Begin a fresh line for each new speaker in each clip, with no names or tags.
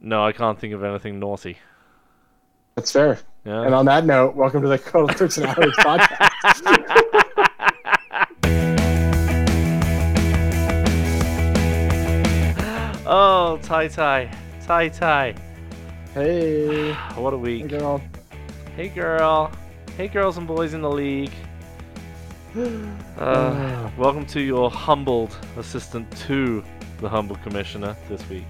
No, I can't think of anything naughty.
That's fair.
Yeah.
And on that note, welcome to the Code of Turks and Arabs podcast.
Oh, tie tie, tie tie.
Hey,
What a
hey,
week.
girl.
Hey girl. Hey girls and boys in the league. Uh, welcome to your humbled assistant to the humble commissioner this week.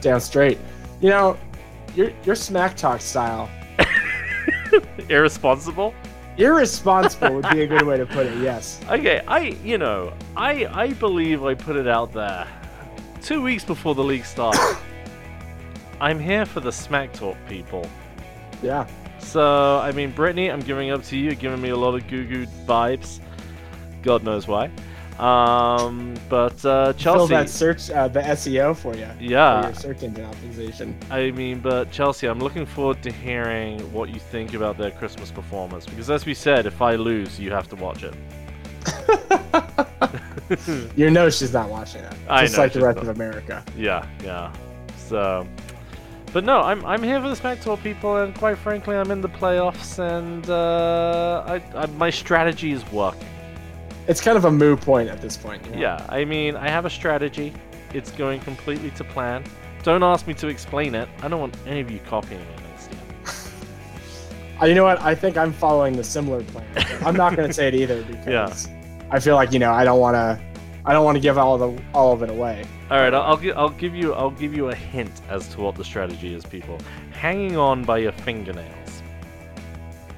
Down straight. You know, your your smack talk style,
Irresponsible.
irresponsible would be a good way to put it. Yes.
Okay, I you know, I I believe I put it out there. Two weeks before the league started. I'm here for the smack talk people.
Yeah.
So I mean Brittany, I'm giving up to you, You're giving me a lot of goo goo vibes. God knows why. Um but uh
Fill
Chelsea Uh,
that search, uh, the SEO for you. For
Yeah.
your search engine optimization.
I mean, but Chelsea, I'm looking forward to hearing what you think about their Christmas performance because, as we said, if I lose, you have to watch it.
You know she's not watching it.
I
just
know
like the
she's
rest
not.
of America.
Yeah, yeah. So, but no, I'm I'm here for the Smack Tour people, and quite frankly, I'm in the playoffs, and uh, I, I my strategy is working.
It's kind of a moo point at this point. you know?
Yeah, I mean, I have a strategy. It's going completely to plan. Don't ask me to explain it. I don't want any of you copying it. next year.
Uh, you know what? I think I'm following the similar plan. I'm not going to say it either because I feel like you know I don't want to. I don't want to give all the all of it away.
All right, I'll, I'll, gi- I'll give you I'll give you a hint as to what the strategy is, people. Hanging on by your fingernails.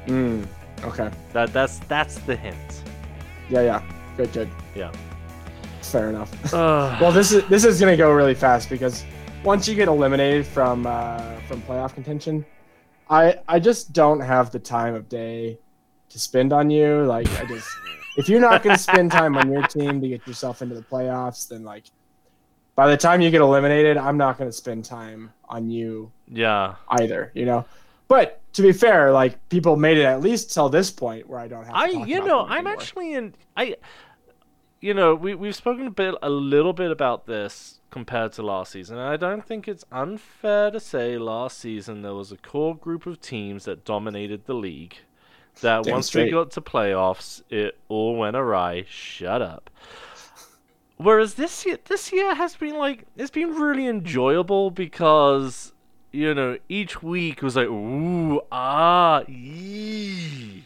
Mm. Okay.
That that's that's the hint.
Yeah. Yeah. Good. Good.
Yeah.
Fair enough.
Ugh.
Well, this is this is going to go really fast because once you get eliminated from uh, from playoff contention, I I just don't have the time of day to spend on you. Like I just if you're not going to spend time on your team to get yourself into the playoffs, then like by the time you get eliminated, I'm not going to spend time on you
yeah.
either. You know. But to be fair, like people made it at least till this point where I don't have. To
I
talk
you
about
know
them
I'm
anymore.
actually in I you know we we've spoken a bit a little bit about this compared to last season. And I don't think it's unfair to say last season there was a core group of teams that dominated the league. That
Damn
once we
straight.
got to playoffs, it all went awry. Shut up. Whereas this year, this year has been like it's been really enjoyable because you know each week was like ooh ah yee.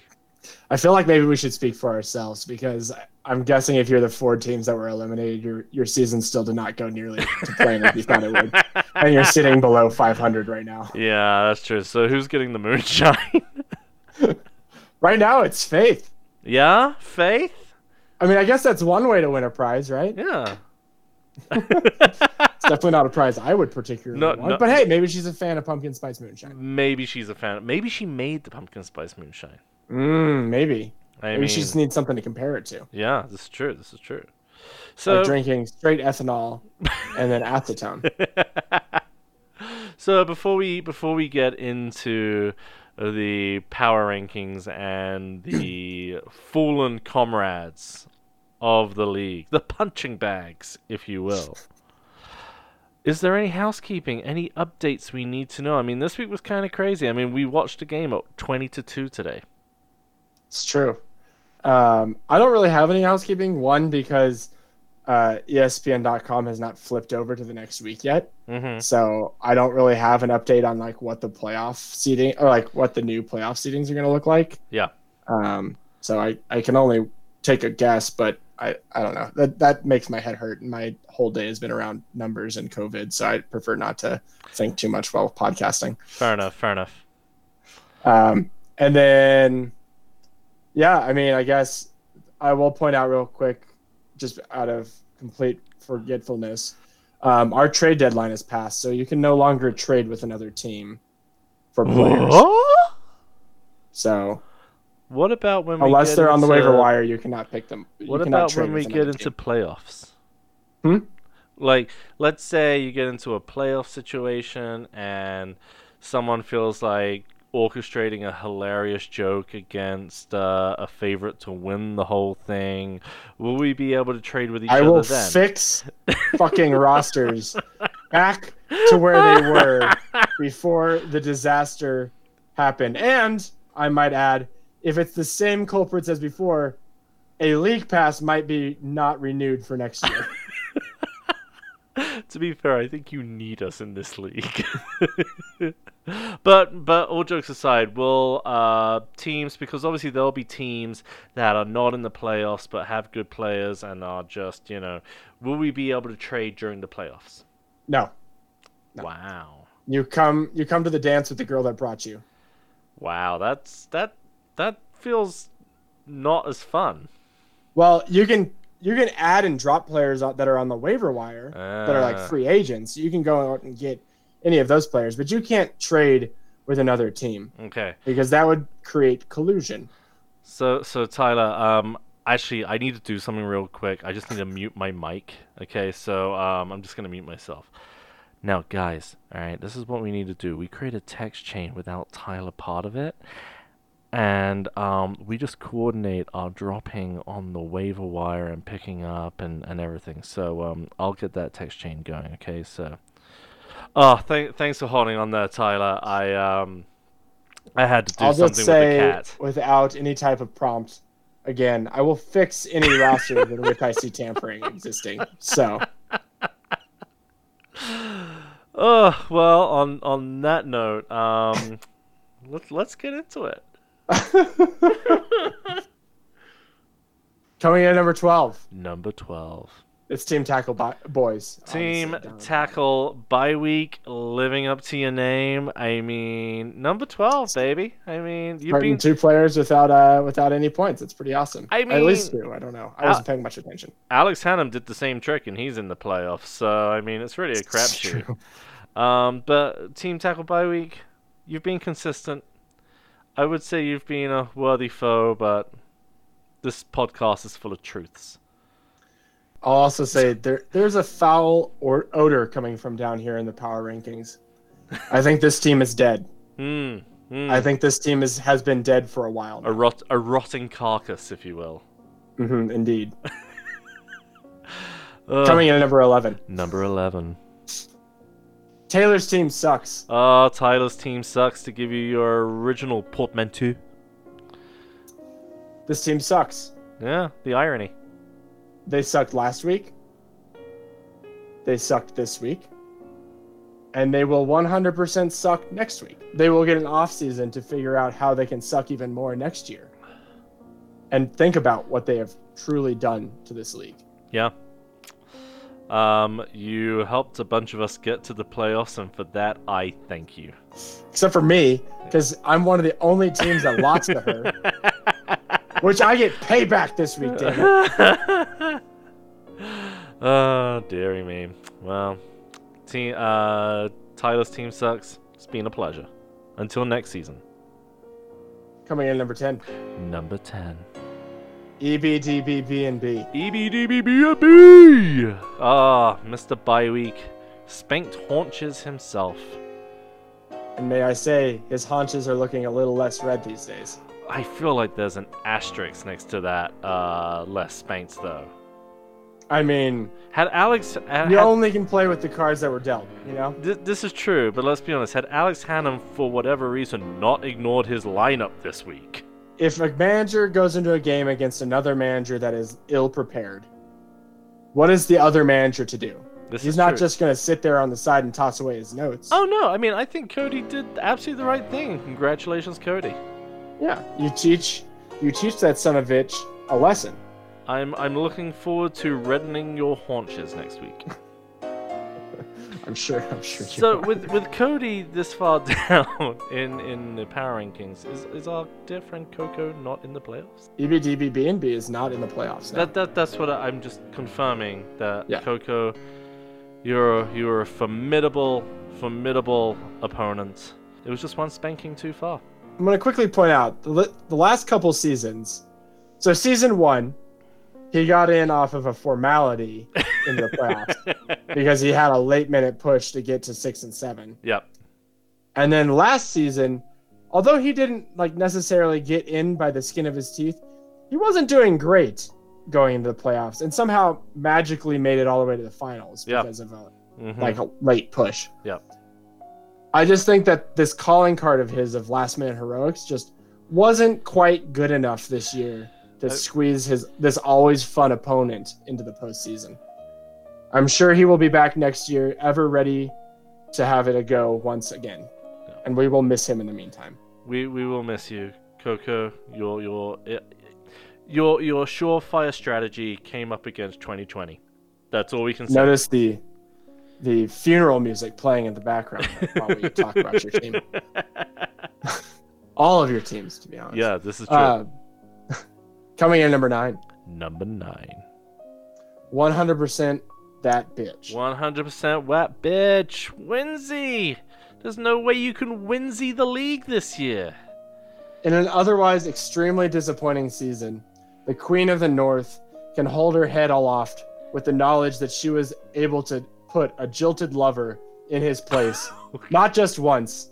I feel like maybe we should speak for ourselves because I- I'm guessing if you're the four teams that were eliminated, your your season still did not go nearly to plan as you thought it would, and you're sitting below 500 right now.
Yeah, that's true. So who's getting the moonshine?
Right now, it's Faith.
yeah, Faith.
I mean, I guess that's one way to win a prize, right?
Yeah.
It's definitely not a prize I would particularly
No,
want,
no.
but hey, maybe she's a fan of pumpkin spice moonshine.
Maybe she's a fan. Maybe she made the pumpkin spice moonshine.
Mm, maybe.
I
Maybe
mean,
she just needs something to compare it to.
yeah, this is true. This is true.
like
So,
drinking straight ethanol and then acetone.
so before we before we get into the power rankings and the fallen comrades of the league, the punching bags, if you will. Is there any housekeeping, any updates we need to know? I mean, this week was kind of crazy. I mean, we watched a game at 20 to 2 today.
It's true. Um, I don't really have any housekeeping. One, because uh, ESPN.com has not flipped over to the next week yet,
Mm-hmm.
so I don't really have an update on like what the playoff seating or like what the new playoff seedings are going to look like.
Yeah.
Um, so I I can only take a guess, but I I don't know. That that makes my head hurt, and my whole day has been around numbers and COVID, so I prefer not to think too much while podcasting.
Fair enough, fair enough.
Um, and then, yeah, I mean, I guess I will point out real quick, just out of complete forgetfulness, um, our trade deadline has passed, so you can no longer trade with another team for players.
What?
So
What about when we
unless
get
they're on the waiver
into-
wire, you cannot pick them. you
What
cannot
about
trade
when we
with
get
another
into
team.
playoffs?
Hmm?
Like, let's say you get into a playoff situation and someone feels like orchestrating a hilarious joke against uh, a favorite to win the whole thing. Will we be able to trade with each
I
other
will
then?
fix fucking rosters back to where they were before the disaster happened. And I might add, if it's the same culprits as before, a league pass might be not renewed for next year.
to be fair, I think you need us in this league. but but all jokes aside, will uh, teams because obviously there'll be teams that are not in the playoffs but have good players and are just you know, will we be able to trade during the playoffs?
No,
Wow,
you come you come to the dance with the girl that brought you.
wow, that's that that feels not as fun.
Well, you can you can add and drop players out that are on the waiver wire that are like
Ah.
free agents. You can go out and get any of those players, but you can't trade with another team
Okay,
because that would create collusion.
so so Tyler, um, actually I need to do something real quick. I just need to mute my mic. Okay, so um, I'm just gonna mute myself. Now, guys, all right, this is what we need to do. We create a text chain without Tyler part of it, and um, we just coordinate our dropping on the waiver wire and picking up and, and everything. So um, I'll get that text chain going. Okay, so oh, thank thanks for holding on there, Tyler. I um, I had to do
I'll just
something with the
say,
cat.
without any type of prompt, again, I will fix any roster in which I see tampering existing. So
Oh well, on on that note, um, let's let's get into it.
coming in at number twelve,
Number twelve.
it's Team Tackle Bo- Boys.
Team
Obviously, down the
tackle bye week, living up to your name. I mean, number twelve, baby. I mean, you've
Martin,
been
two players without uh without any points. It's pretty awesome.
I
at least
mean- uh,
two. I don't know. I wasn't paying much attention.
Alex Hannum did the same trick, and he's in the playoffs. So I mean, it's really a
It's
crapshoot.
true.
Um, but team tackle bye week, you've been consistent. I would say you've been a worthy foe, but this podcast is full of truths.
I'll also say there there's a foul or odor coming from down here in the power rankings. I think this team is dead.
Hmm. hmm.
I think this team is has been dead for a while.
a rot a rotting carcass, if you will.
hmm indeed.
Ugh.
Coming in at number eleven.
number eleven.
Taylor's team sucks.
Ah, Tyler's team sucks. To give you your original portmanteau.
This team sucks.
Yeah, the irony.
They sucked last week. They sucked this week. And they will 100% suck next week. They will get an off season to figure out how they can suck even more next year. And think about what they have truly done to this league.
Yeah. Um, you helped a bunch of us get to the playoffs, and for that, I thank you.
Except for me, because I'm one of the only teams that lost to her, which I get payback this week, damn it.
oh, dearie me. Well, team, uh, Tyler's team sucks. It's been a pleasure. Until next season.
Coming in at number E, 10,
Number 10.
EBDBBNB.
E EBDBBB! Ah, Mr. Byweek. Spanked haunches himself.
And may I say, his haunches are looking a little less red these days.
I feel like there's an asterisk next to that, uh, less spanked though.
I mean,
Had Alex. uh, Had,
You
had-
only can play with the cards that were dealt, you know?
Th- this is true, but let's be honest. Had Alex Hannum, for whatever reason, not ignored his lineup this week,
If a manager goes into a game against another manager that is ill prepared, what is the other manager to do?
this
He's
is
not
true.
just going to sit there on the side and toss away his notes.
Oh no! I mean, I think Cody did absolutely the right thing. Congratulations, Cody.
yeah. You teach you teach that son of a bitch a lesson.
I'm I'm looking forward to reddening your haunches next week.
I'm sure. I'm sure. you
So
are.
with with Cody this far down in in the power rankings, is is our dear friend Coco not in the playoffs?
E, EBDBBNB is not in the playoffs now.
That that that's what I, I'm just confirming that
Yeah.
Coco, you're you're a formidable formidable opponent. It was just one spanking too far.
I'm going to quickly point out the, li- the last couple seasons. So season 1, he got in off of a formality in the playoffs. because he had a late minute push to get to six and seven.
yep.
And then last season, although he didn't like necessarily get in by the skin of his teeth, he wasn't doing great going into the playoffs and somehow magically made it all the way to the finals
Yeah.
because of uh, a,
Mhm.
like a late push.
Yep.
I just think that this calling card of his of last minute heroics just wasn't quite good enough this year to
I-
squeeze his this always fun opponent into the postseason. I'm sure he will be back next year, ever ready to have it a go once again,
Yeah.
and we will miss him in the meantime.
we we will miss you, Coco. Your your eh, your your surefire strategy came up against 2020. That's all we can say.
Notice the the funeral music playing in the background while we talk about your team, all of your teams, to be honest.
yeah, this is true.
Uh, coming in at number nine.
Number nine.
100% that bitch.
100% wet bitch. Winsy. There's no way you can Winsy the league this year.
In an otherwise extremely disappointing season, the Queen of the North can hold her head aloft with the knowledge that she was able to put a jilted lover in his place, not just once,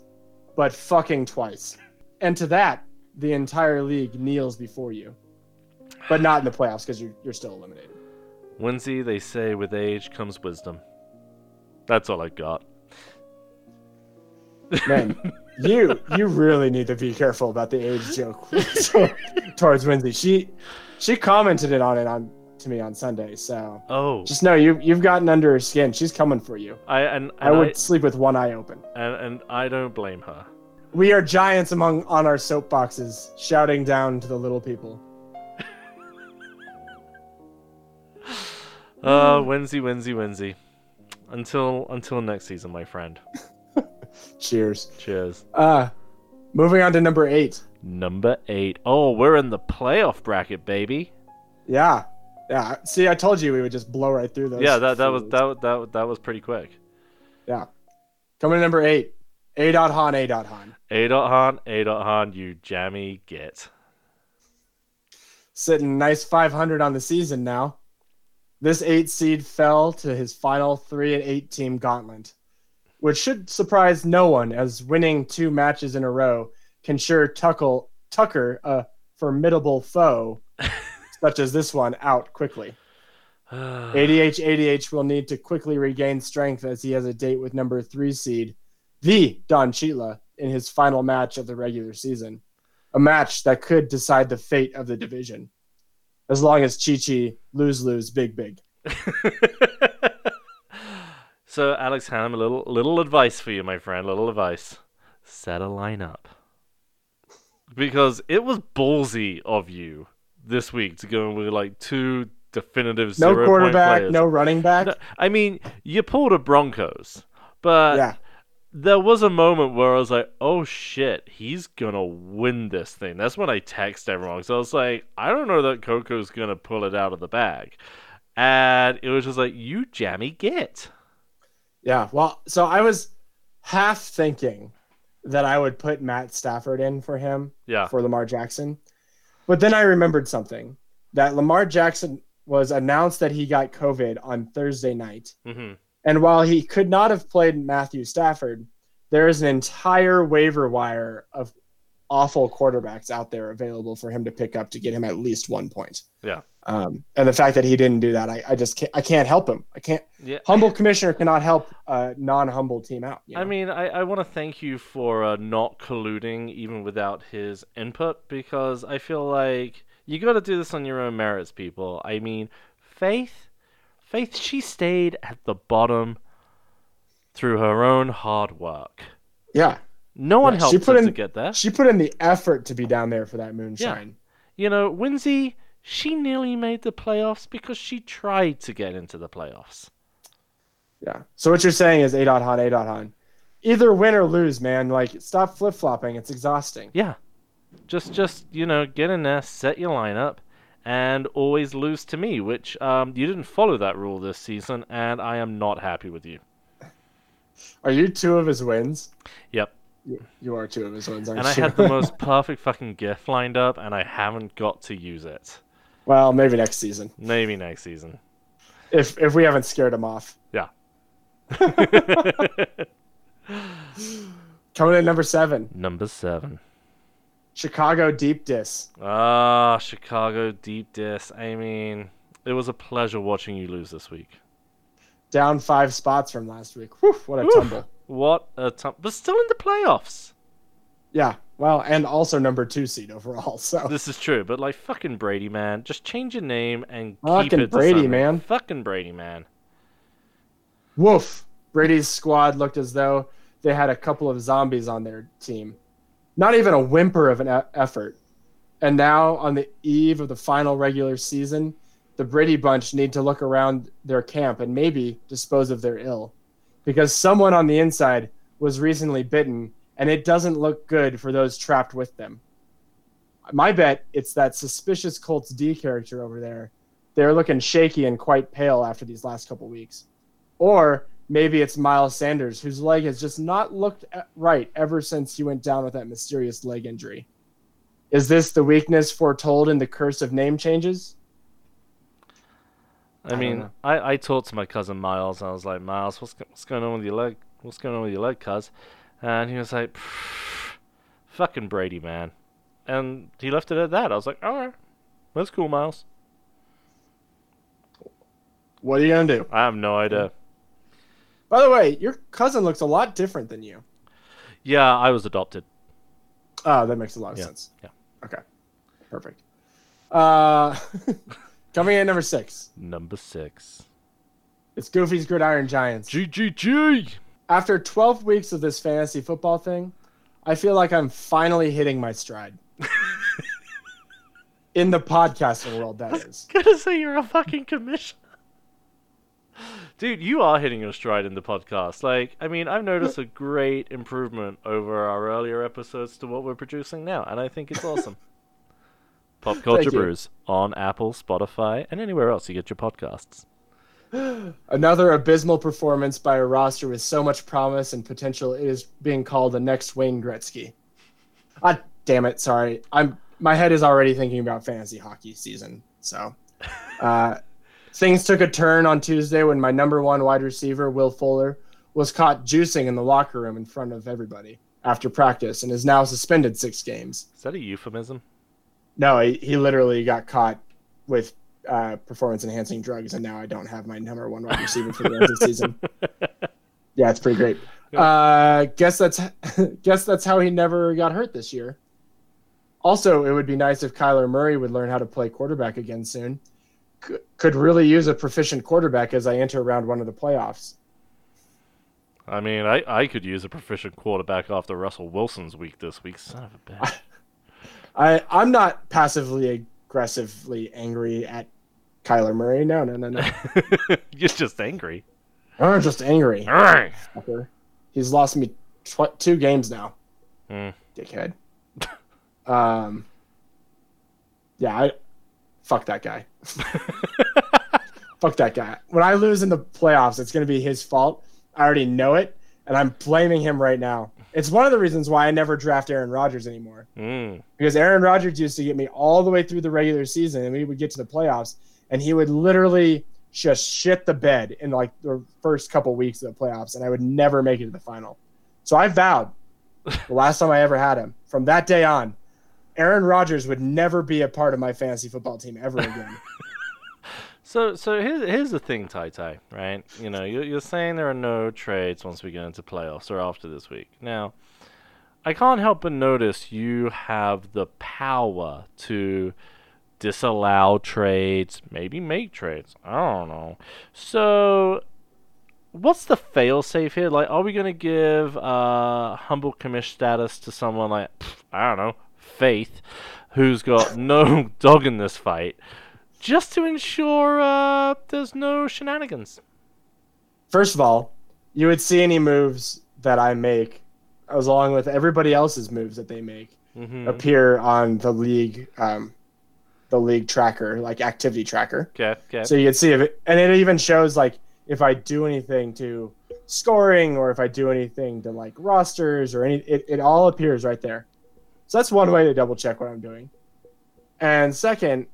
but fucking twice. And to that, the entire league kneels before you, but not in the playoffs because you're, you're still eliminated.
Winsy, they say, with age comes wisdom. That's all I got.
Man, you you really need to be careful about the age joke towards Lindsay. She she commented it on it on to me on Sunday, so
Oh,
just know you you've gotten under her skin. She's coming for you.
I and, and
I would sleep with one eye open.
and, and I don't blame her.
We are giants among on our soapboxes, shouting down to the little people. Mm.
Uh, Winsy, Winsy, Winsy. Until until next season, my friend.
Cheers.
Cheers.
Uh moving on to number eight.
Number eight. Oh, we're in the playoff bracket, baby.
Yeah. Yeah. See, I told you we would just blow right through those.
yeah, that that was
fools.
that was- that was- that was pretty quick.
coming to number eight. A dot Han, A dot Han.
A dot Han, A dot Han, you jammy git.
sitting nice 500 on the season now. This eight seed fell to his final three and eight team gauntlet, which should surprise no one as winning two matches in a row can sure tuckle Tucker a formidable foe such as this one out quickly. ADH ADH will need to quickly regain strength as he has a date with number three seed, the Don Chitla, in his final match of the regular season. A match that could decide the fate of the division. As long as Chi Chi lose lose big big.
so Alex Hannum, a little little advice for you, my friend. Little advice. Set a lineup. Because it was ballsy of you this week to go with like two definitive
No
zero
quarterback,
point players.
no running back.
No, I mean, you pulled a Broncos, but
yeah.
there was a moment where I was like, "Oh shit, he's gonna win this thing." That's when I text everyone. So I was like, "I don't know that Coco's gonna pull it out of the bag," and it was just like, "You jammy git."
Yeah. Well, so I was half thinking that I would put Matt Stafford in for him.
Yeah,
for Lamar Jackson. But then I remembered something that Lamar Jackson was announced that he got COVID on Thursday night.
hmm
And while he could not have played Matthew Stafford, there is an entire waiver wire of awful quarterbacks out there available for him to pick up to get him at least one point.
Yeah.
Um, and the fact that he didn't do that, I, I just can't, I can't help him. I can't.
yeah.
Humble commissioner cannot help a non-humble team out. you
I
know?
mean, I, I want to thank you for uh, not colluding even without his input because I feel like you got to do this on your own merits, people. I mean, Faith, Faith, she stayed at the bottom through her own hard work.
yeah,
No one
Yeah, she
helped
put
her to
in-
get there.
she put in the effort to be down there for that moonshine.
You know, Winsey, she nearly made the playoffs because she tried to get into the playoffs.
Yeah. So what you're saying is A dot Han, A dot Han. Either win or lose, man. Like stop flip flopping. It's exhausting.
Yeah. Just just, you know, get in there, set your lineup, and always lose to me, which um you didn't follow that rule this season, and I am not happy with you.
Are you two of his wins?
Yep.
You are two of his wins, aren't
And I
you?
had the most perfect fucking gift lined up and I haven't got to use it.
well, maybe next season.
Maybe next season.
If if we haven't scared him off.
Yeah.
Coming in number seven.
Number seven.
Chicago Deep Dis.
Ah, Chicago deep diss. I mean, it was a pleasure watching you lose this week.
down five spots from last week. Whew, what a
Whew.
tumble.
What a time! But still in the playoffs.
Yeah. Well, and also number two seed overall. So
This is true, but like fucking Brady, man, just change your name and keep
Fucking
it to
Brady,
something.
man.
Fucking Brady, man.
woof. Brady's squad looked as though they had a couple of zombies on their team. Not even a whimper of an e- effort. And now, on the eve of the final regular season, the Brady bunch need to look around their camp and maybe dispose of their ill. Because someone on the inside was recently bitten, and it doesn't look good for those trapped with them. My bet it's that suspicious Colts D character over there. They're looking shaky and quite pale after these last couple weeks. Or maybe it's Miles Sanders, whose leg has just not looked e- right ever since he went down with that mysterious leg injury. Is this the weakness foretold in the curse of name changes?
I,
don't
mean,
know.
I, I talked to my cousin Miles, and I was like, Miles, what's go- what's going on with your leg? What's going on with your leg, cuz? And he was like, "Pfft, fucking Brady, man. And he left it at that. I was like, all right, that's cool, Miles.
What are you going to do?
I have no idea.
By the way, your cousin looks a lot different than you.
Yeah, I was adopted.
Oh, that makes a lot of
Yeah,
sense.
yeah.
Okay. Perfect. Uh, coming in at number six,
Number six.
it's Goofy's Gridiron Giants.
GGG.
After 12 weeks of this fantasy football thing, I feel like I'm finally hitting my stride. In the podcasting world, that is.
Gonna say you're a fucking commissioner. Dude, you are hitting your stride in the podcast. Like, I mean, I've noticed a great improvement over our earlier episodes to what we're producing now, and I think it's awesome. Pop Culture
you.
Brews on Apple, Spotify, and anywhere else you get your podcasts.
Another abysmal performance by a roster with so much promise and potential. It is being called the next Wayne Gretzky. Ah, damn it! Sorry, I'm my head is already thinking about fantasy hockey season. So, uh, things took a turn on Tuesday when my number one wide receiver Will Fuller was caught juicing in the locker room in front of everybody after practice and is now suspended six games.
Is that a euphemism?
No, he, he literally got caught with uh, performance enhancing drugs, and now I don't have my number one wide receiver for the rest of the season. Yeah, it's pretty great. Uh, guess that's guess that's how he never got hurt this year. Also, it would be nice if Kyler Murray would learn how to play quarterback again soon. C- could really use a proficient quarterback as I enter round one of the playoffs.
I mean, I, I could use a proficient quarterback after Russell Wilson's week this week. Son of a bitch.
I I'm not passively aggressively angry at Kyler Murray. No, no, no, no.
you're just angry.
I'm just angry.
Arrgh.
fucker. He's lost me tw- two games now.
Hmm.
Dickhead. um, yeah, I fuck that guy. fuck that guy. When I lose in the playoffs, it's gonna be his fault. I already know it, and I'm blaming him right now. It's one of the reasons why I never draft Aaron Rodgers anymore
Mm.
because Aaron Rodgers used to get me all the way through the regular season, and we would get to the playoffs, and he would literally just shit the bed in like the first couple weeks of the playoffs, and I would never make it to the final. So I vowed the last time I ever had him, from that day on, Aaron Rodgers would never be a part of my fantasy football team ever again.
So, so here's here's the thing, Tai Tai. Right? You know, you're, you're saying there are no trades once we get into playoffs or after this week. Now, I can't help but notice you have the power to disallow trades, maybe make trades. I don't know. So, what's the failsafe here? Like, are we gonna give uh, humble commish status to someone like pff, I don't know, Faith, who's got no dog in this fight? just to ensure uh, there's no shenanigans.
First of all, you would see any moves that I make, as along with everybody else's moves that they make.
Mm-hmm.
appear on the league um, the league tracker like activity tracker
Okay, okay.
so you can see if it and it even shows like if i do anything to scoring or if i do anything to like rosters or any it, it all appears right there so that's one way to double check what i'm doing and second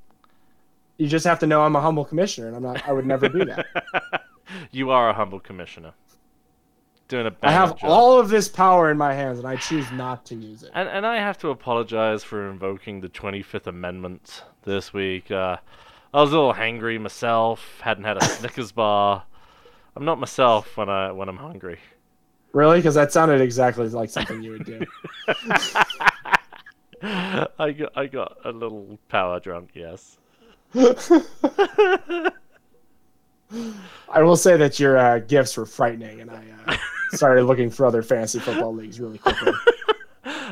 you just have to know i'm a humble commissioner and i'm not i would never do that
you are a humble commissioner, doing a
i
bang
have
job.
all of this power in my hands and i choose not to use it
And and I have to apologize for invoking the 25th Amendment this week. Uh, I was a little hangry myself. Hadn't had a Snickers bar. I'm not myself when I when I'm hungry.
Really? Because that sounded exactly like something you would do.
I got I got a little power drunk. Yes.
I will say that your uh, gifts were frightening, and I uh, started looking for other fantasy football leagues really quickly.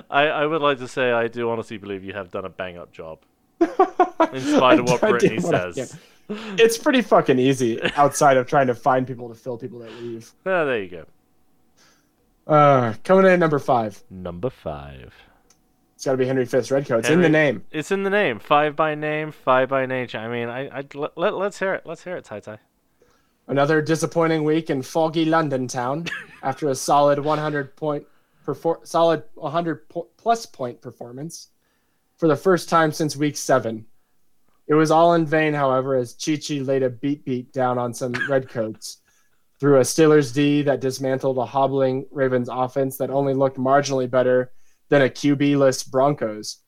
I, I would like to say I do honestly believe you have done a bang up job, in spite of what
I did
Brittany
what I
says.
can. It's pretty fucking easy outside of trying to find people to fill people that leave.
Ah, there you go.
Uh, coming in at number five,
Number five.
it's got to be Henry Fitz Redcoat. It's in
Henry-
the name.
It's in the name. Five by name. Five by nature. I mean, I, I let, let let's hear it. Let's hear it, Tai Tai.
Another disappointing week in foggy London town after a solid 100 point perfor- solid 100 po- plus point performance for the first time since week 7. It was all in vain, however, as Chichi laid a beat beat down on some redcoats through a Steelers D that dismantled a hobbling Ravens offense that only looked marginally better than a QB-less Broncos.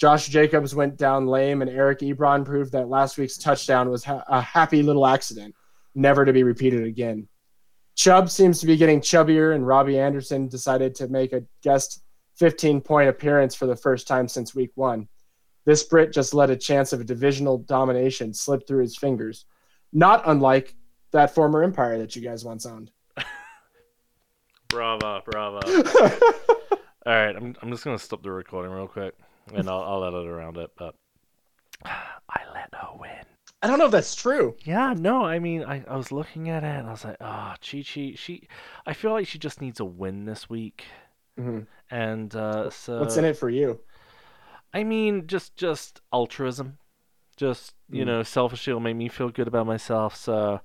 Josh Jacobs went down lame, and Eric Ebron proved that last week's touchdown was ha- a happy little accident never to be repeated again. Chubb seems to be getting chubbier, and Robbie Anderson decided to make a guest 15 point appearance for the first time since week one. This Brit just let a chance of divisional domination slip through his fingers, not unlike that former empire that you guys once owned.
Bravo, bravo. All right, I'm I'm just gonna stop the recording real quick, and I'll I'll edit around it. But I let her win.
I don't know if that's true.
Yeah, no, I mean, I, I was looking at it and I was like, ah, Chi Chi, she, I feel like she just needs a win this week.
Mhm.
And uh, so,
What's in it for you?
I mean, just just altruism, just you
Mm.
know, selfishly will make me feel good about myself. So,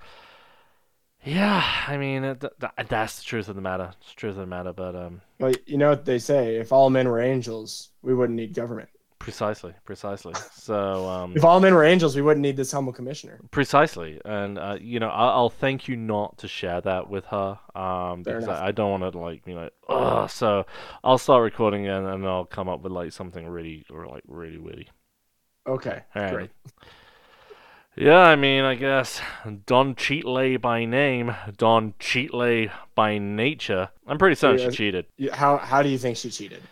yeah, I mean, uh, th- th- that's the truth of the matter. It's the truth of the matter, but um,
Well, you know what they say if all men were angels, we wouldn't need government.
precisely, precisely. So, um,
If all men were angels, we wouldn't need this humble commissioner.
Precisely, and uh, you know, I'll, I'll thank you not to share that with her, um,
Fair
because
enough.
I, I don't want to like be like, oh. So I'll start recording and, and I'll come up with like something really, or like really witty.
Okay.
All right.
Great.
Yeah, I mean, I guess Don Cheatley by name, Don Cheatley by nature. I'm pretty certain
Yeah.
she cheated.
You- How, how do you think she cheated?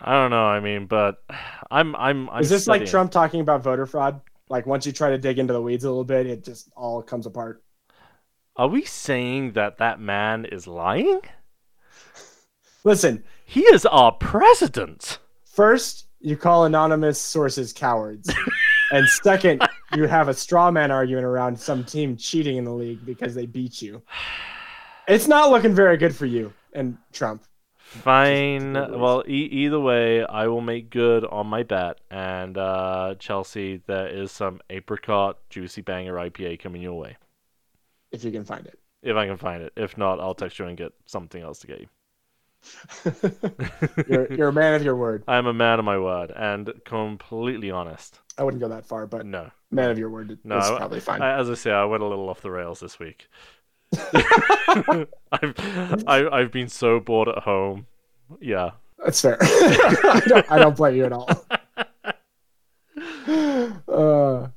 I don't know. I mean, but I'm, I'm, I'm
is this like
studying.
Trump talking about voter fraud? Like once you try to dig into the weeds a little bit, it just all comes apart.
Are we saying that that man is lying?
Listen,
He is our president.
first you call anonymous sources cowards, and second you have a straw man argument around some team cheating in the league because they beat you. It's not looking very good for you and Trump.
Fine.
Just- just-
Well, e- either way, I will make good on my bet. And uh, Chelsea, there is some apricot juicy banger IPA coming your way.
If you can find it.
If I can find it. If not, I'll text you and get something else to get you.
You're, you're a man of your word.
I'm a man of my word and completely honest.
I wouldn't go that far, but
No.
man of your word is
No, I-
probably fine.
I, as I say, I went a little off the rails this week. I've, I, I've been so bored at home. Yeah.
That's fair. I, don't, I don't blame you at all. Uh,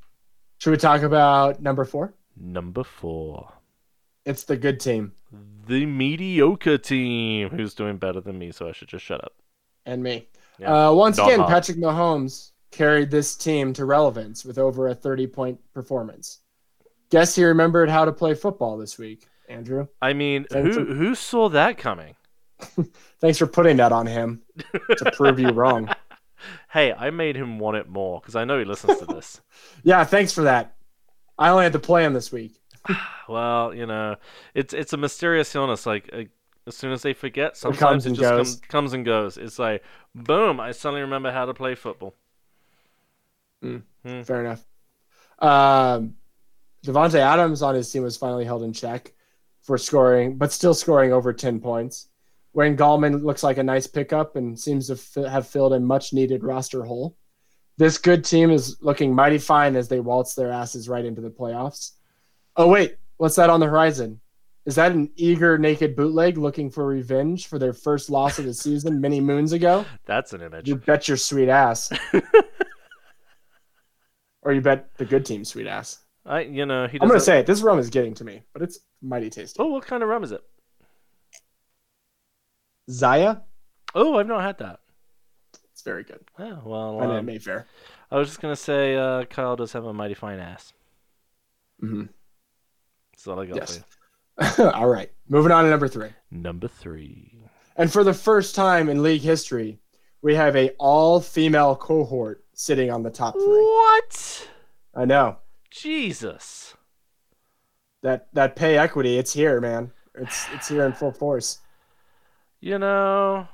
should we talk about number four?
Number four.
It's the good team
the mediocre team who's doing better than me, so I should just shut up.
and me.
Yeah.
Uh, once
Not
again,
hot.
Patrick Mahomes carried this team to relevance with over a 30 point performance. Guess he remembered how to play football this week, Andrew.
I mean,
Thank
who who saw that coming?
Thanks for putting that on him to prove you wrong.
Hey, I made him want it more because I know he listens to this.
Yeah, thanks for that. I only had to play him this week.
well, you know, it's it's a mysterious illness. Like uh, as soon as they forget, sometimes
comes
it,
and
just com-
goes.
comes and goes. It's like boom! I suddenly remember how to play football.
Fair enough. Um, Devonte Adams on his team was finally held in check for scoring, but still scoring over ten points. Wayne Gallman looks like a nice pickup and seems to fi- have filled a much-needed roster hole. This good team is looking mighty fine as they waltz their asses right into the playoffs. Oh wait, what's that on the horizon? Is that an eager naked bootleg looking for revenge for their first loss of the season many moons ago?
That's an image.
You bet your sweet ass. or you bet the good team sweet ass.
I you know he.
I'm gonna
doesn't-
say it. This rum is getting to me, but it's mighty tasty.
Oh, what kind of rum is it?
Zaya,
Oh, I've not had that.
it's very good.
Oh, well,
Find it at
um,
Mayfair.
I was just gonna say uh, Kyle does have a mighty fine ass.
hmm
That's all I got
Yes.
for you.
All right, moving on to number three.
Number three.
And for the first time in league history, we have a all-female cohort sitting on the top three.
What?
I know
Jesus.
that that pay equity. It's here, man. It's it's here in full force.
You know.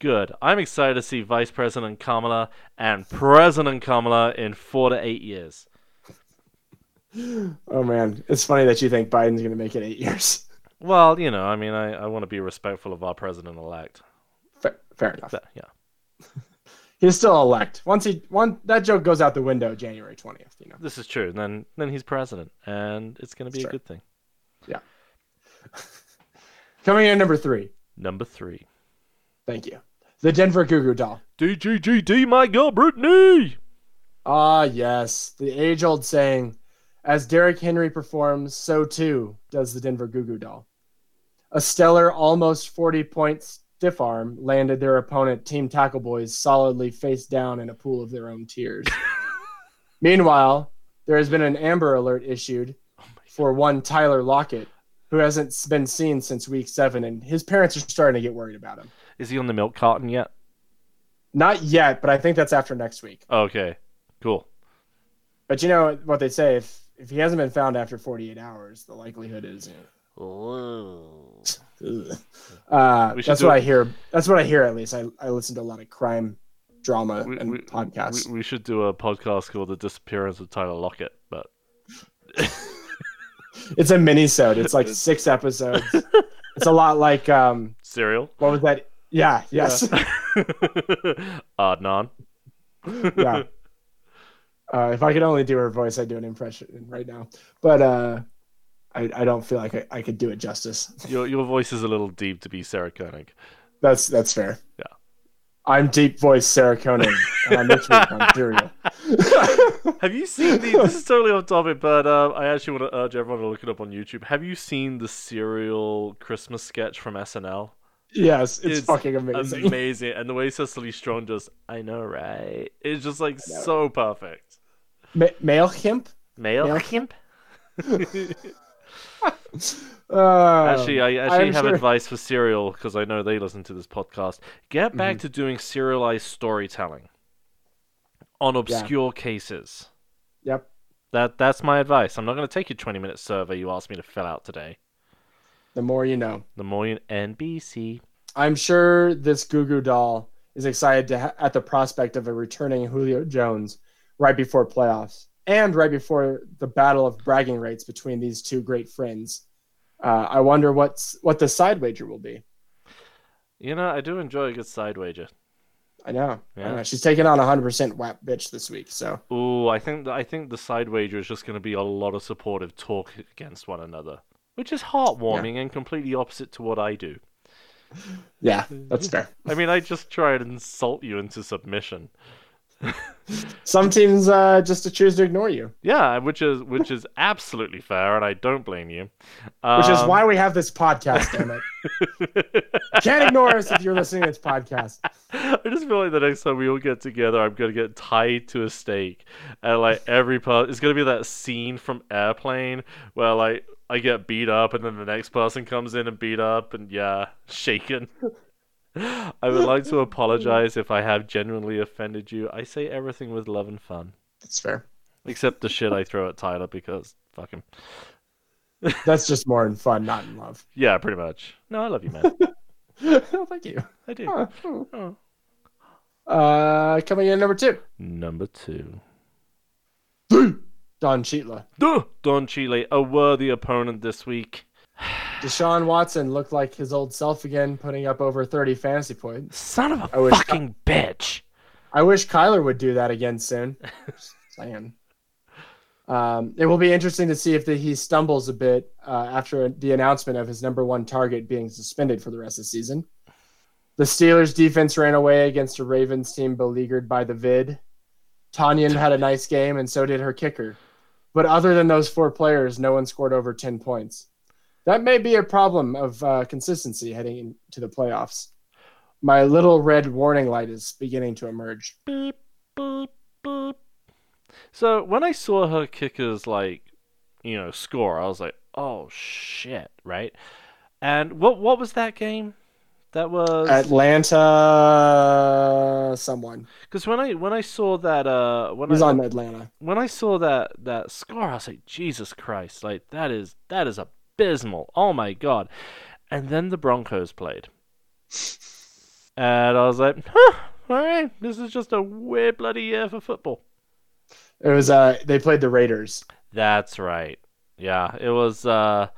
Good. I'm excited to see Vice President Kamala and President Kamala in four to eight years.
Oh man, it's funny that you think Biden's gonna make it eight years.
Well, you know, I mean, I, I want to be respectful of our president elect.
Fair, fair enough.
Yeah.
He's still elect. Once he one that joke goes out the window, January twentieth. You know.
This is true. And then then he's president, and it's going to be
Sure.
a good thing.
Coming in at number three.
Number three.
Thank you. The Denver Goo Goo Doll.
DGGD, my God, Brittany!
Ah, yes, the age-old saying, as Derrick Henry performs, so too does the Denver Goo Goo Doll. A stellar, almost 40-point stiff arm landed their opponent, Team Tackle Boys, solidly face down in a pool of their own tears. Meanwhile, there has been an Amber Alert issued for one Tyler Lockett, who hasn't been seen since Week Seven, and his parents are starting to get worried about him.
Is he on the milk carton yet?
Not yet, but I think that's after next week.
Okay, cool.
But you know what they say: if if he hasn't been found after 48 hours, the likelihood is. Uh,
We should
that's
do
what
it.
I hear. That's what I hear. At least I, I listen to a lot of crime, drama,
We-
and
we-
podcasts.
We, we should do a podcast called "The Disappearance of Tyler Lockett," but
It's a mini-sode. It's like six episodes. it's a lot like um,
serial.
what was that? Yeah. Yes.
Uh, Adnan.
yeah. Uh, if I could only do her voice, I'd do an impression right now. But uh, I, I don't feel like I, I could do it justice.
Your your voice is a little deep to be Sarah Koenig.
That's that's fair.
Yeah.
I'm deep voice Sarah Conan, and I'm Richmond from Ontario.
Have you seen the? this is totally off topic, but uh, I actually want to urge everyone to look it up on YouTube. Have you seen the serial Christmas sketch from SNL?
yes, it's,
It's
fucking amazing.
Amazing, and the way Cecily Strong just, I know, right? It's just like
know.
so perfect.
Ma- MailChimp?
Male.
MailChimp? Uh,
Actually, I actually
I'm
have
sure-
advice for Serial because I know they listen to this podcast. Get back
Mm-hmm.
to doing serialized storytelling on obscure cases.
Yep.
That that's my advice. I'm not going to take your 20 minute survey you asked me to fill out today.
The more you know.
The morning NBC.
I'm sure this Goo Goo doll is excited to ha- at the prospect of a returning Julio Jones right before playoffs and right before the battle of bragging rights between these two great friends. Uh, I wonder what's what the side wager will be.
You know, I do enjoy a good side wager.
I know.
Yeah.
I know. She's taking on 100% WAP bitch this week. So
Ooh, I think that I think the side wager is just going to be a lot of supportive talk against one another, which is heartwarming and completely opposite to what I do.
yeah, that's fair.
I mean, I just try and insult you into submission.
Some teams uh, just to choose to ignore you,
Yeah, which is which is absolutely fair, and I don't blame you.
which is
Um,
why we have this podcast. damn it! Can't ignore us if you're listening to this podcast.
I just feel like the next time we all get together, I'm gonna get tied to a stake, and like every part, it's gonna be that scene from Airplane where like I get beat up, and then the next person comes in and beat up, and yeah, shaken. I would like to apologize if I have genuinely offended you. I say everything with love and fun,
That's fair.
except the shit I throw at Tyler because fuck him.
That's just more in fun, not in love.
Yeah, pretty much. No, I love you, man.
oh, thank you.
I do.
Huh.
Oh.
Uh, coming in at number two,
Number two.
Don Cheetla.
Duh! Don Chile, a worthy opponent this week.
Deshaun Watson looked like his old self again, putting up over 30 fantasy points.
Son of a
I wish-
fucking bitch.
I wish Kyler would do that again soon. Just Saying. Um, it will be interesting to see if the, he stumbles a bit uh, after the announcement of his number one target being suspended for the rest of the season. The Steelers defense ran away against a Ravens team beleaguered by the vid. Tanyan had a nice game, and so did her kicker. But other than those four players, no one scored over 10 points. That may be a problem of uh, consistency heading into the playoffs. My little red warning light is beginning to emerge.
Beep, boop, boop. So when I saw her kickers like, you know, score, I was like, oh shit, right? And what what was that game? That was
Atlanta, someone.
because when I when I saw that uh when
He's
I
on Atlanta.
when I saw that that score, I was like, Jesus Christ, like that is that is abysmal. Oh my god! And then the Broncos played, and I was like, huh, all right, this is just a weird bloody year for football.
It was uh they played the Raiders.
That's right. Yeah, it was. uh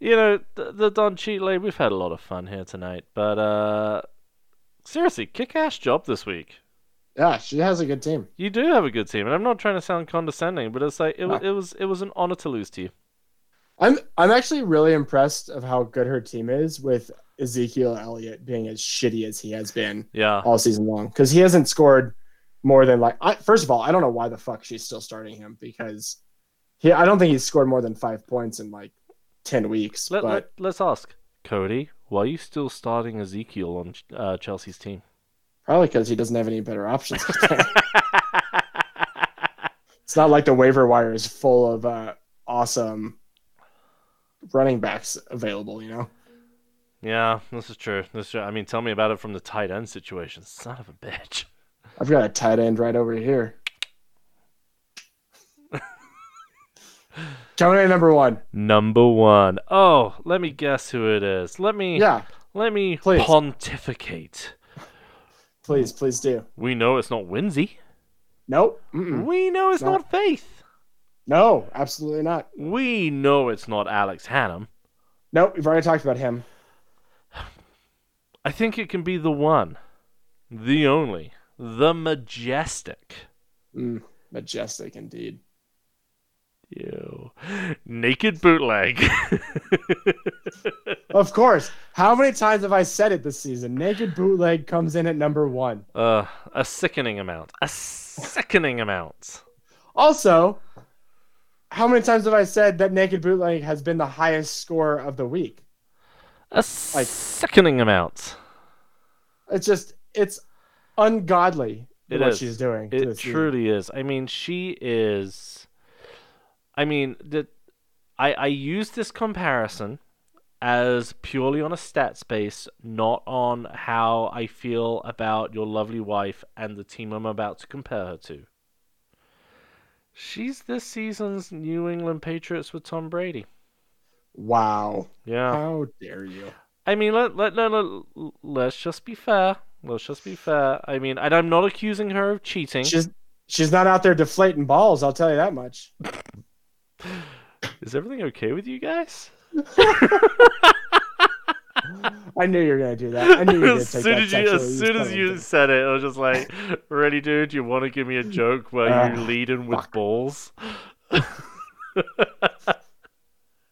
You know, the, the Don Cheatley. We've had a lot of fun here tonight, but uh seriously, kick-ass job this week.
Yeah, she has a good team.
You do have a good team, and I'm not trying to sound condescending, but it's like it, wa-
No.
it was it was an honor to lose to you.
I'm I'm actually really impressed of how good her team is with Ezekiel Elliott being as shitty as he has been
Yeah.
all season long because he hasn't scored more than like I, first of all I don't know why the fuck she's still starting him because he I don't think he's scored more than five points in like ten weeks.
Let,
but
let, us ask Cody. Why are you still starting Ezekiel on uh, Chelsea's team?
probably because he doesn't have any better options. it's not like the waiver wire is full of uh, awesome running backs available. You know,
yeah, this is true. This is true. I mean, tell me about it from the tight end situation. Son of a bitch.
I've got a tight end right over here. Coming in at number one.
Number one. Oh, let me guess who it is. Let me.
Yeah,
Let me
Please.
pontificate.
please, please do.
We know it's not Winsy.
Nope. Mm-mm.
We know it's
Hmm. No.
not Faith.
No, absolutely not.
We know it's not Alex Hannum.
Nope. We've already talked about him.
I think it can be the one, the only, the majestic.
Mm, majestic indeed.
Ew. Naked bootleg.
Of course. How many times have I said it this season? Naked bootleg comes in at number one.
uh, a sickening amount. A sickening amount.
Also, how many times have I said that naked bootleg has been the highest score of the week?
A sickening amount.
It's just it's ungodly
It
what
is.
she's doing. to
It
this season.
truly is. I mean, she is. I mean, the, I I use this comparison as purely on a stats base, not on how I feel about your lovely wife and the team I'm about to compare her to. She's this season's New England Patriots with Tom Brady.
Wow.
Yeah.
How dare you?
I mean, let, let, let, let, let's just be fair. Let's just be fair. I mean, and I'm not accusing her of cheating.
She's she's not out there deflating balls, I'll tell you that much.
Is everything okay with you guys?
I knew you were gonna do that. I knew you were gonna
as
take
soon
that
as you,
sexually.
as soon as you said it, I was just like, "Really, dude? You want to give me a joke where you
Ah,
lead in with
fuck.
balls?"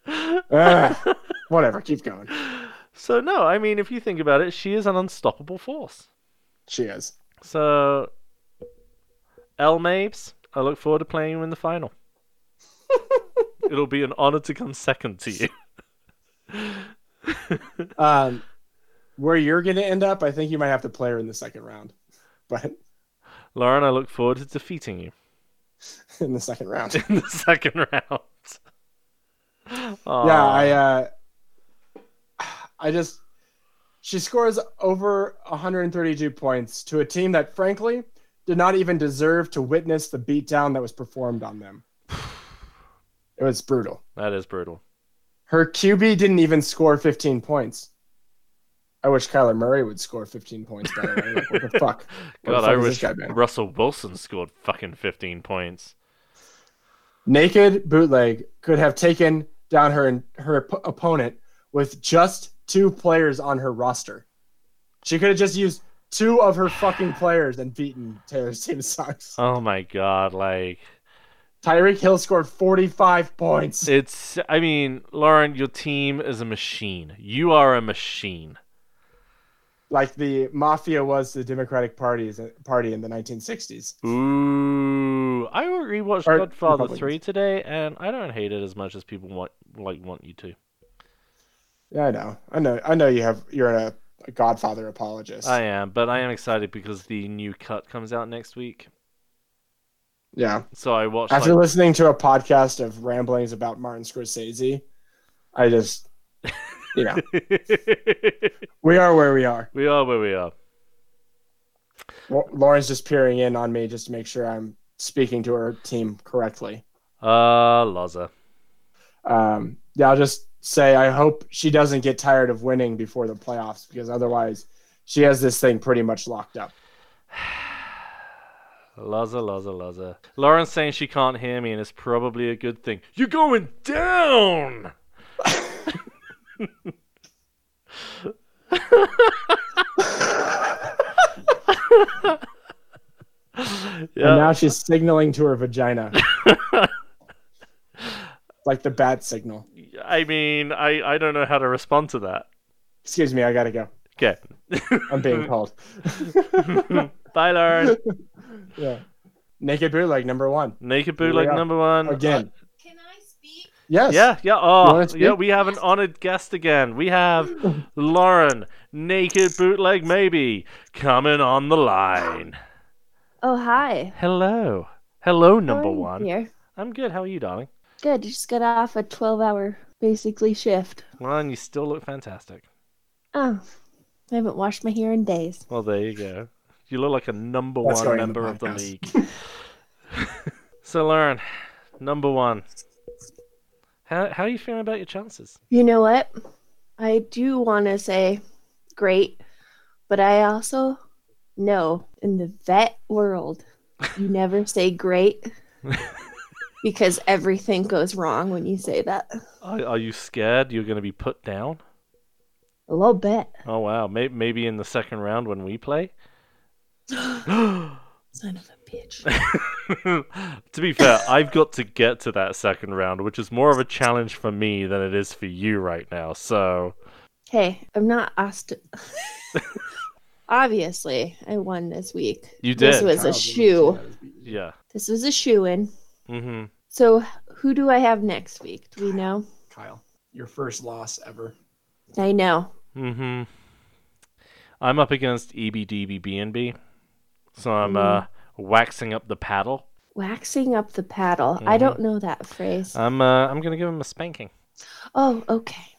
Ugh, whatever, keep going.
So no, I mean, if you think about it, she is an unstoppable force.
She is.
So, L Mabes, I look forward to playing you in the final. It'll be an honor to come second to you.
Um, where you're going to end up, I think you might have to play her in the second round, but
Lauren, I look forward to defeating you
in the second round.
in the second round.
Yeah,
Aw.
I, uh, I just she scores over 132 points to a team that, frankly, did not even deserve to witness the beatdown that was performed on them. It was brutal.
That is brutal.
Her QB didn't even score 15 points. I wish Kyler Murray would score 15 points. By the way, like, what the fuck? Where
God,
the fuck
I
has this
wish
guy been?
Russell Wilson scored fucking 15 points.
naked bootleg could have taken down her her op- opponent with just two players on her roster. She could have just used two of her fucking players and beaten Taylor's team sucks.
Oh my god, like
Tyreek Hill scored 45 points.
it's I mean, Lauren, your team is a machine. You are a machine.
Like the mafia was the Democratic Party's party in the 1960s.
Ooh, Ooh, I rewatched
Or-
Godfather
Republicans.
three today, and I don't hate it as much as people want like want you to.
Yeah, I know. I know. I know you have. You're a, a Godfather apologist.
I am, but I am excited because the new cut comes out next week.
yeah.
So I watched.
After
like,
listening to a podcast of ramblings about Martin Scorsese, I just, you know, we are where we are.
we are where we are.
Wa- Lauren's just peering in on me just to make sure I'm speaking to her team correctly.
Uh, Laza.
Um, yeah, I'll just say I hope she doesn't get tired of winning before the playoffs because otherwise, she has this thing pretty much locked up.
Laza, Laza, Laza. Lauren's saying she can't hear me, and it's probably a good thing. You're going down!
And now
yeah.
she's signaling to her vagina. like the bat signal.
I mean, I, I don't know how to respond to that.
Excuse me, I gotta go.
Okay.
I'm being called.
Bye, Lauren.
yeah. Naked bootleg number one.
Naked
Here we
bootleg
are.
number one.
Again.
Can I speak?
Uh, Yeah,
Yes.
yeah.
You
Oh,
wanna
yeah.
speak?
We have an honored guest again. We have Lauren, naked bootleg, maybe coming on the line.
Oh, hi.
Hello, hello,
How
number
are you
one.
Here.
I'm good. How are you, darling?
Good. You just got off a 12 hour basically shift.
Well, and you still look fantastic.
Oh, I haven't washed my hair in days.
Well, there you go. You look like a number
That's
one
going in the
member of the league.
podcast.
so, Lauren, number one. How how are you feeling about your chances?
You know what? I do want to say great, but I also know in the vet world, you never say great because everything goes wrong when you say that.
Are, are you scared you're going to be put down?
A little bit.
Oh wow, maybe maybe in the second round when we play.
Son of a bitch.
to be fair, I've got to get to that second round, which is more of a challenge for me than it is for you right now. So,
Hey, I'm not Austin. Obviously, I won this week.
You
This
did.
was a shoe.
yeah.
This was a shoe in.
Mhm.
So, who do I have next week? Do we know?
Kyle, your first loss ever.
I know.
Mhm. I'm up against E EBDBBNB. So I'm
Mm.
uh waxing up the paddle.
Waxing up the paddle. I don't know that phrase.
I'm Mm-hmm. uh I'm going to give him a spanking,
oh, okay.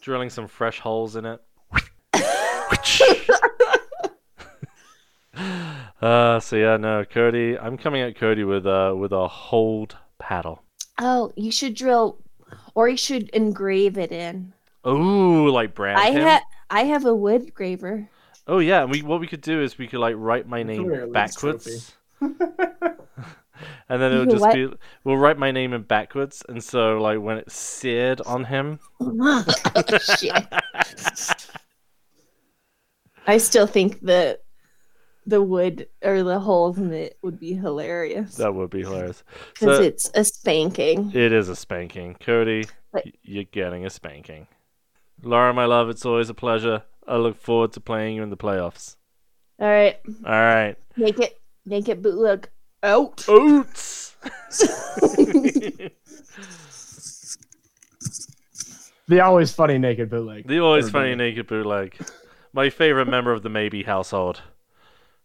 drilling some fresh holes in it. uh so yeah, no, Cody, I'm coming at Cody with uh with a hold paddle.
Oh, you should drill, or you should engrave it in.
Oh, like brand
I
him?
have I have a wood graver.
Oh yeah, and we what we could do is we could like write my
could wear a
name
Liz
backwards. and then it'll
You
just
what?
be we'll write my name in backwards and so like when it's seared on him.
Oh, Shit. I still think the the wood or the holes in it would be hilarious
That would be hilarious.
because
So
it's a spanking.
it is a spanking. Cody,
But-
y- you're getting a spanking. Laura, my love, it's always a pleasure. I look forward to playing you in the playoffs.
All right,
All right.
make it make it bootleg out.
Oats. Oh.
The always funny naked bootleg.
the always
Everybody.
funny naked bootleg. My favorite member of the maybe household.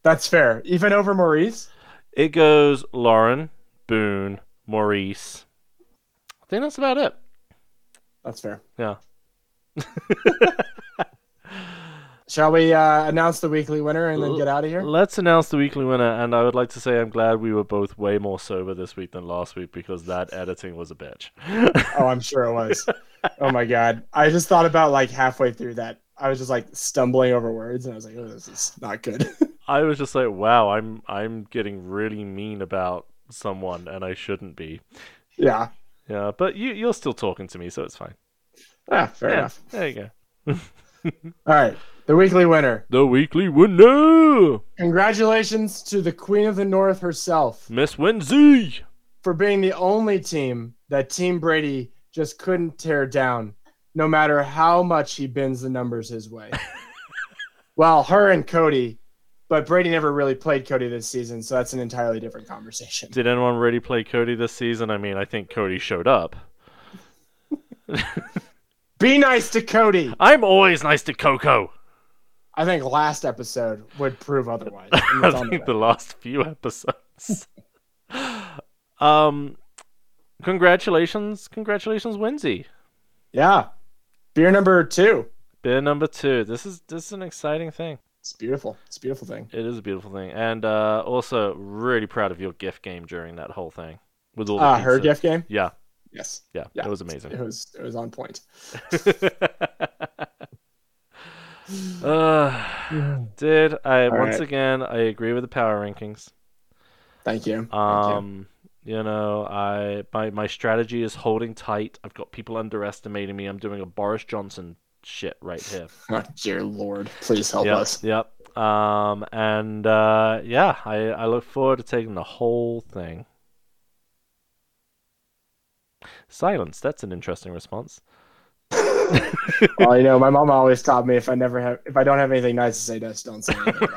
That's fair. Even over Maurice.
It goes Lauren, Boone, Maurice. I think that's about it.
That's fair.
Yeah.
Shall we uh, announce the weekly winner and then get out of here?
Let's announce the weekly winner, and I would like to say I'm glad we were both way more sober this week than last week because that editing was a bitch.
Oh, I'm sure it was. oh my god. I just thought about like halfway through that. I was just like stumbling over words and I was like, oh, this is not good.
I was just like, wow, I'm I'm getting really mean about someone, and I shouldn't be.
yeah.
Yeah, but you you're still talking to me, so it's fine.
Ah, fair
yeah,
enough.
there you go.
All right. The weekly winner.
The weekly winner,
Congratulations to the Queen of the North herself
Miss Wednesday.
for being the only team that Team Brady just couldn't tear down, no matter how much he bends the numbers his way. While her and Cody But Brady never really played Cody this season, so that's an entirely different conversation.
Did anyone really play Cody this season? I mean, I think Cody showed up.
Be nice to Cody.
I'm always nice to Coco.
I think last episode would prove otherwise. and it's
I
on the
think
way.
the last few episodes. um, congratulations, congratulations, Winsy.
yeah. Beer number two.
Beer number two. This is this is an exciting thing.
It's beautiful. It's a beautiful thing.
It is a beautiful thing, and uh, also really proud of your gift game during that whole thing with all the
Uh, her
pizza.
gift game.
Yeah,
Yes.
yeah,
Yeah.
it was
It
amazing.
was it was on point.
uh, did I
All
once
right.
again? I agree with the power rankings.
Thank you. Thank you.
Um, you know, I my my strategy is holding tight. I've got people underestimating me. I'm doing a Boris Johnson shit right here.
Oh, dear Lord, please help
yep,
us.
yep. Um, and uh, yeah, I I look forward to taking the whole thing. Silence. That's an interesting response.
well, you know, my mom always taught me if I never have, if I don't have anything nice to say, just don't say anything.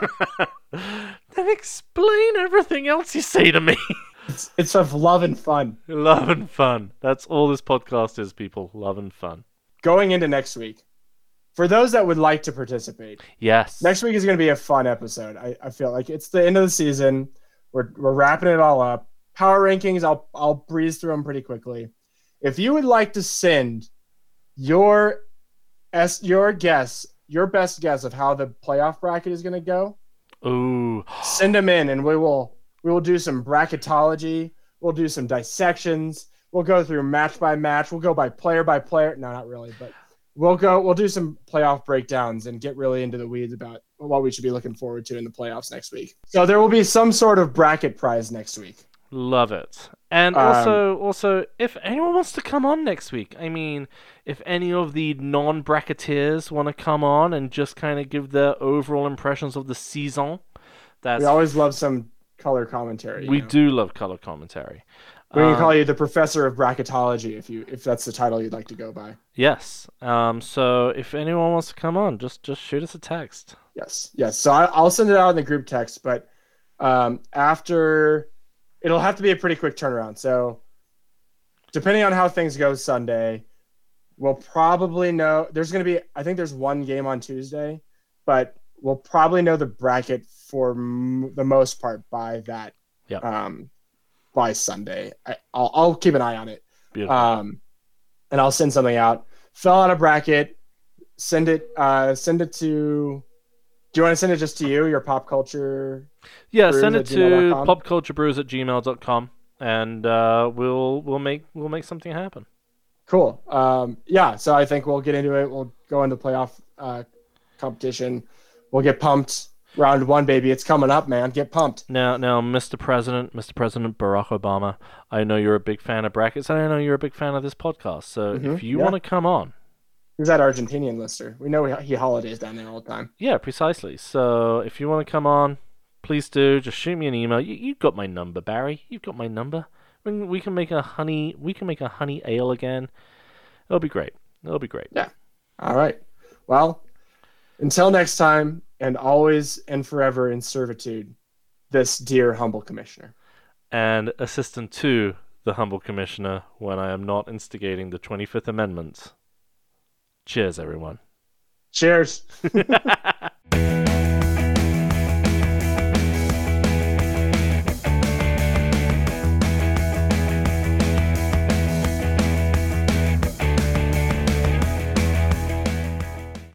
then explain everything else you say to me.
it's, it's of love and fun.
Love and fun. That's all this podcast is, people. Love and fun.
Going into next week, for those that would like to participate,
Yes.
next week is going to be a fun episode. I, I feel like it's the end of the season. We're we're wrapping it all up. Power rankings. I'll I'll breeze through them pretty quickly. If you would like to send your s your guess, your best guess of how the playoff bracket is going to go,
Ooh.
send them in and we will we will do some bracketology we'll do some dissections we'll go through match by match we'll go by player by player no not really but we'll go we'll do some playoff breakdowns and get really into the weeds about what we should be looking forward to in the playoffs next week so there will be some sort of bracket prize next week
Love it. And
Um,
also, also, if anyone wants to come on next week, I mean, if any of the non-bracketeers want to come on and just kind of give their overall impressions of the season, that's
we always love some color commentary you
we
know.
do love color commentary.
we can
Um,
call you the professor of bracketology if you if that's the title you'd like to go by
Yes. Um. So if anyone wants to come on, just just shoot us a text.
Yes, yes. So I, I'll send it out in the group text, but um, after it'll have to be a pretty quick turnaround. So depending on how things go Sunday, we'll probably know. There's going to be, I think there's one game on Tuesday, but we'll probably know the bracket for m- the most part by that.
Yeah.
Um, by Sunday, I, I'll, I'll keep an eye on it.
Beautiful.
Um, and I'll send something out. Fill out a bracket. Send it. Uh, send it to. Do you want to send it just to you? Your pop culture.
yeah. Send it
brews at
to
gmail.com.
popculturebrews at gmail.com and uh, we'll we'll make we'll make something happen.
Cool. Um, yeah. So I think we'll get into it. We'll go into playoff uh, competition. We'll get pumped. Round one, baby. It's coming up, man. Get pumped.
Now, now, Mr. President, Mr. President Barack Obama, I know you're a big fan of brackets, and I know you're a big fan of this podcast. So if
Mhm,
you
yeah.
want to come on,
Who's that Argentinian lister? We know he, he holidays down there all the time.
yeah, precisely. So if you want to come on, please do. Just shoot me an email. You, you've got my number, Barry. You've got my number. We can, we can make a honey. We can make a honey ale again. It'll be great. It'll be great.
All right. Well, until next time, and always and forever in servitude, this dear humble commissioner.
And assistant to the humble commissioner, when I am not instigating the Twenty Fifth Amendment. Cheers, everyone.
Cheers.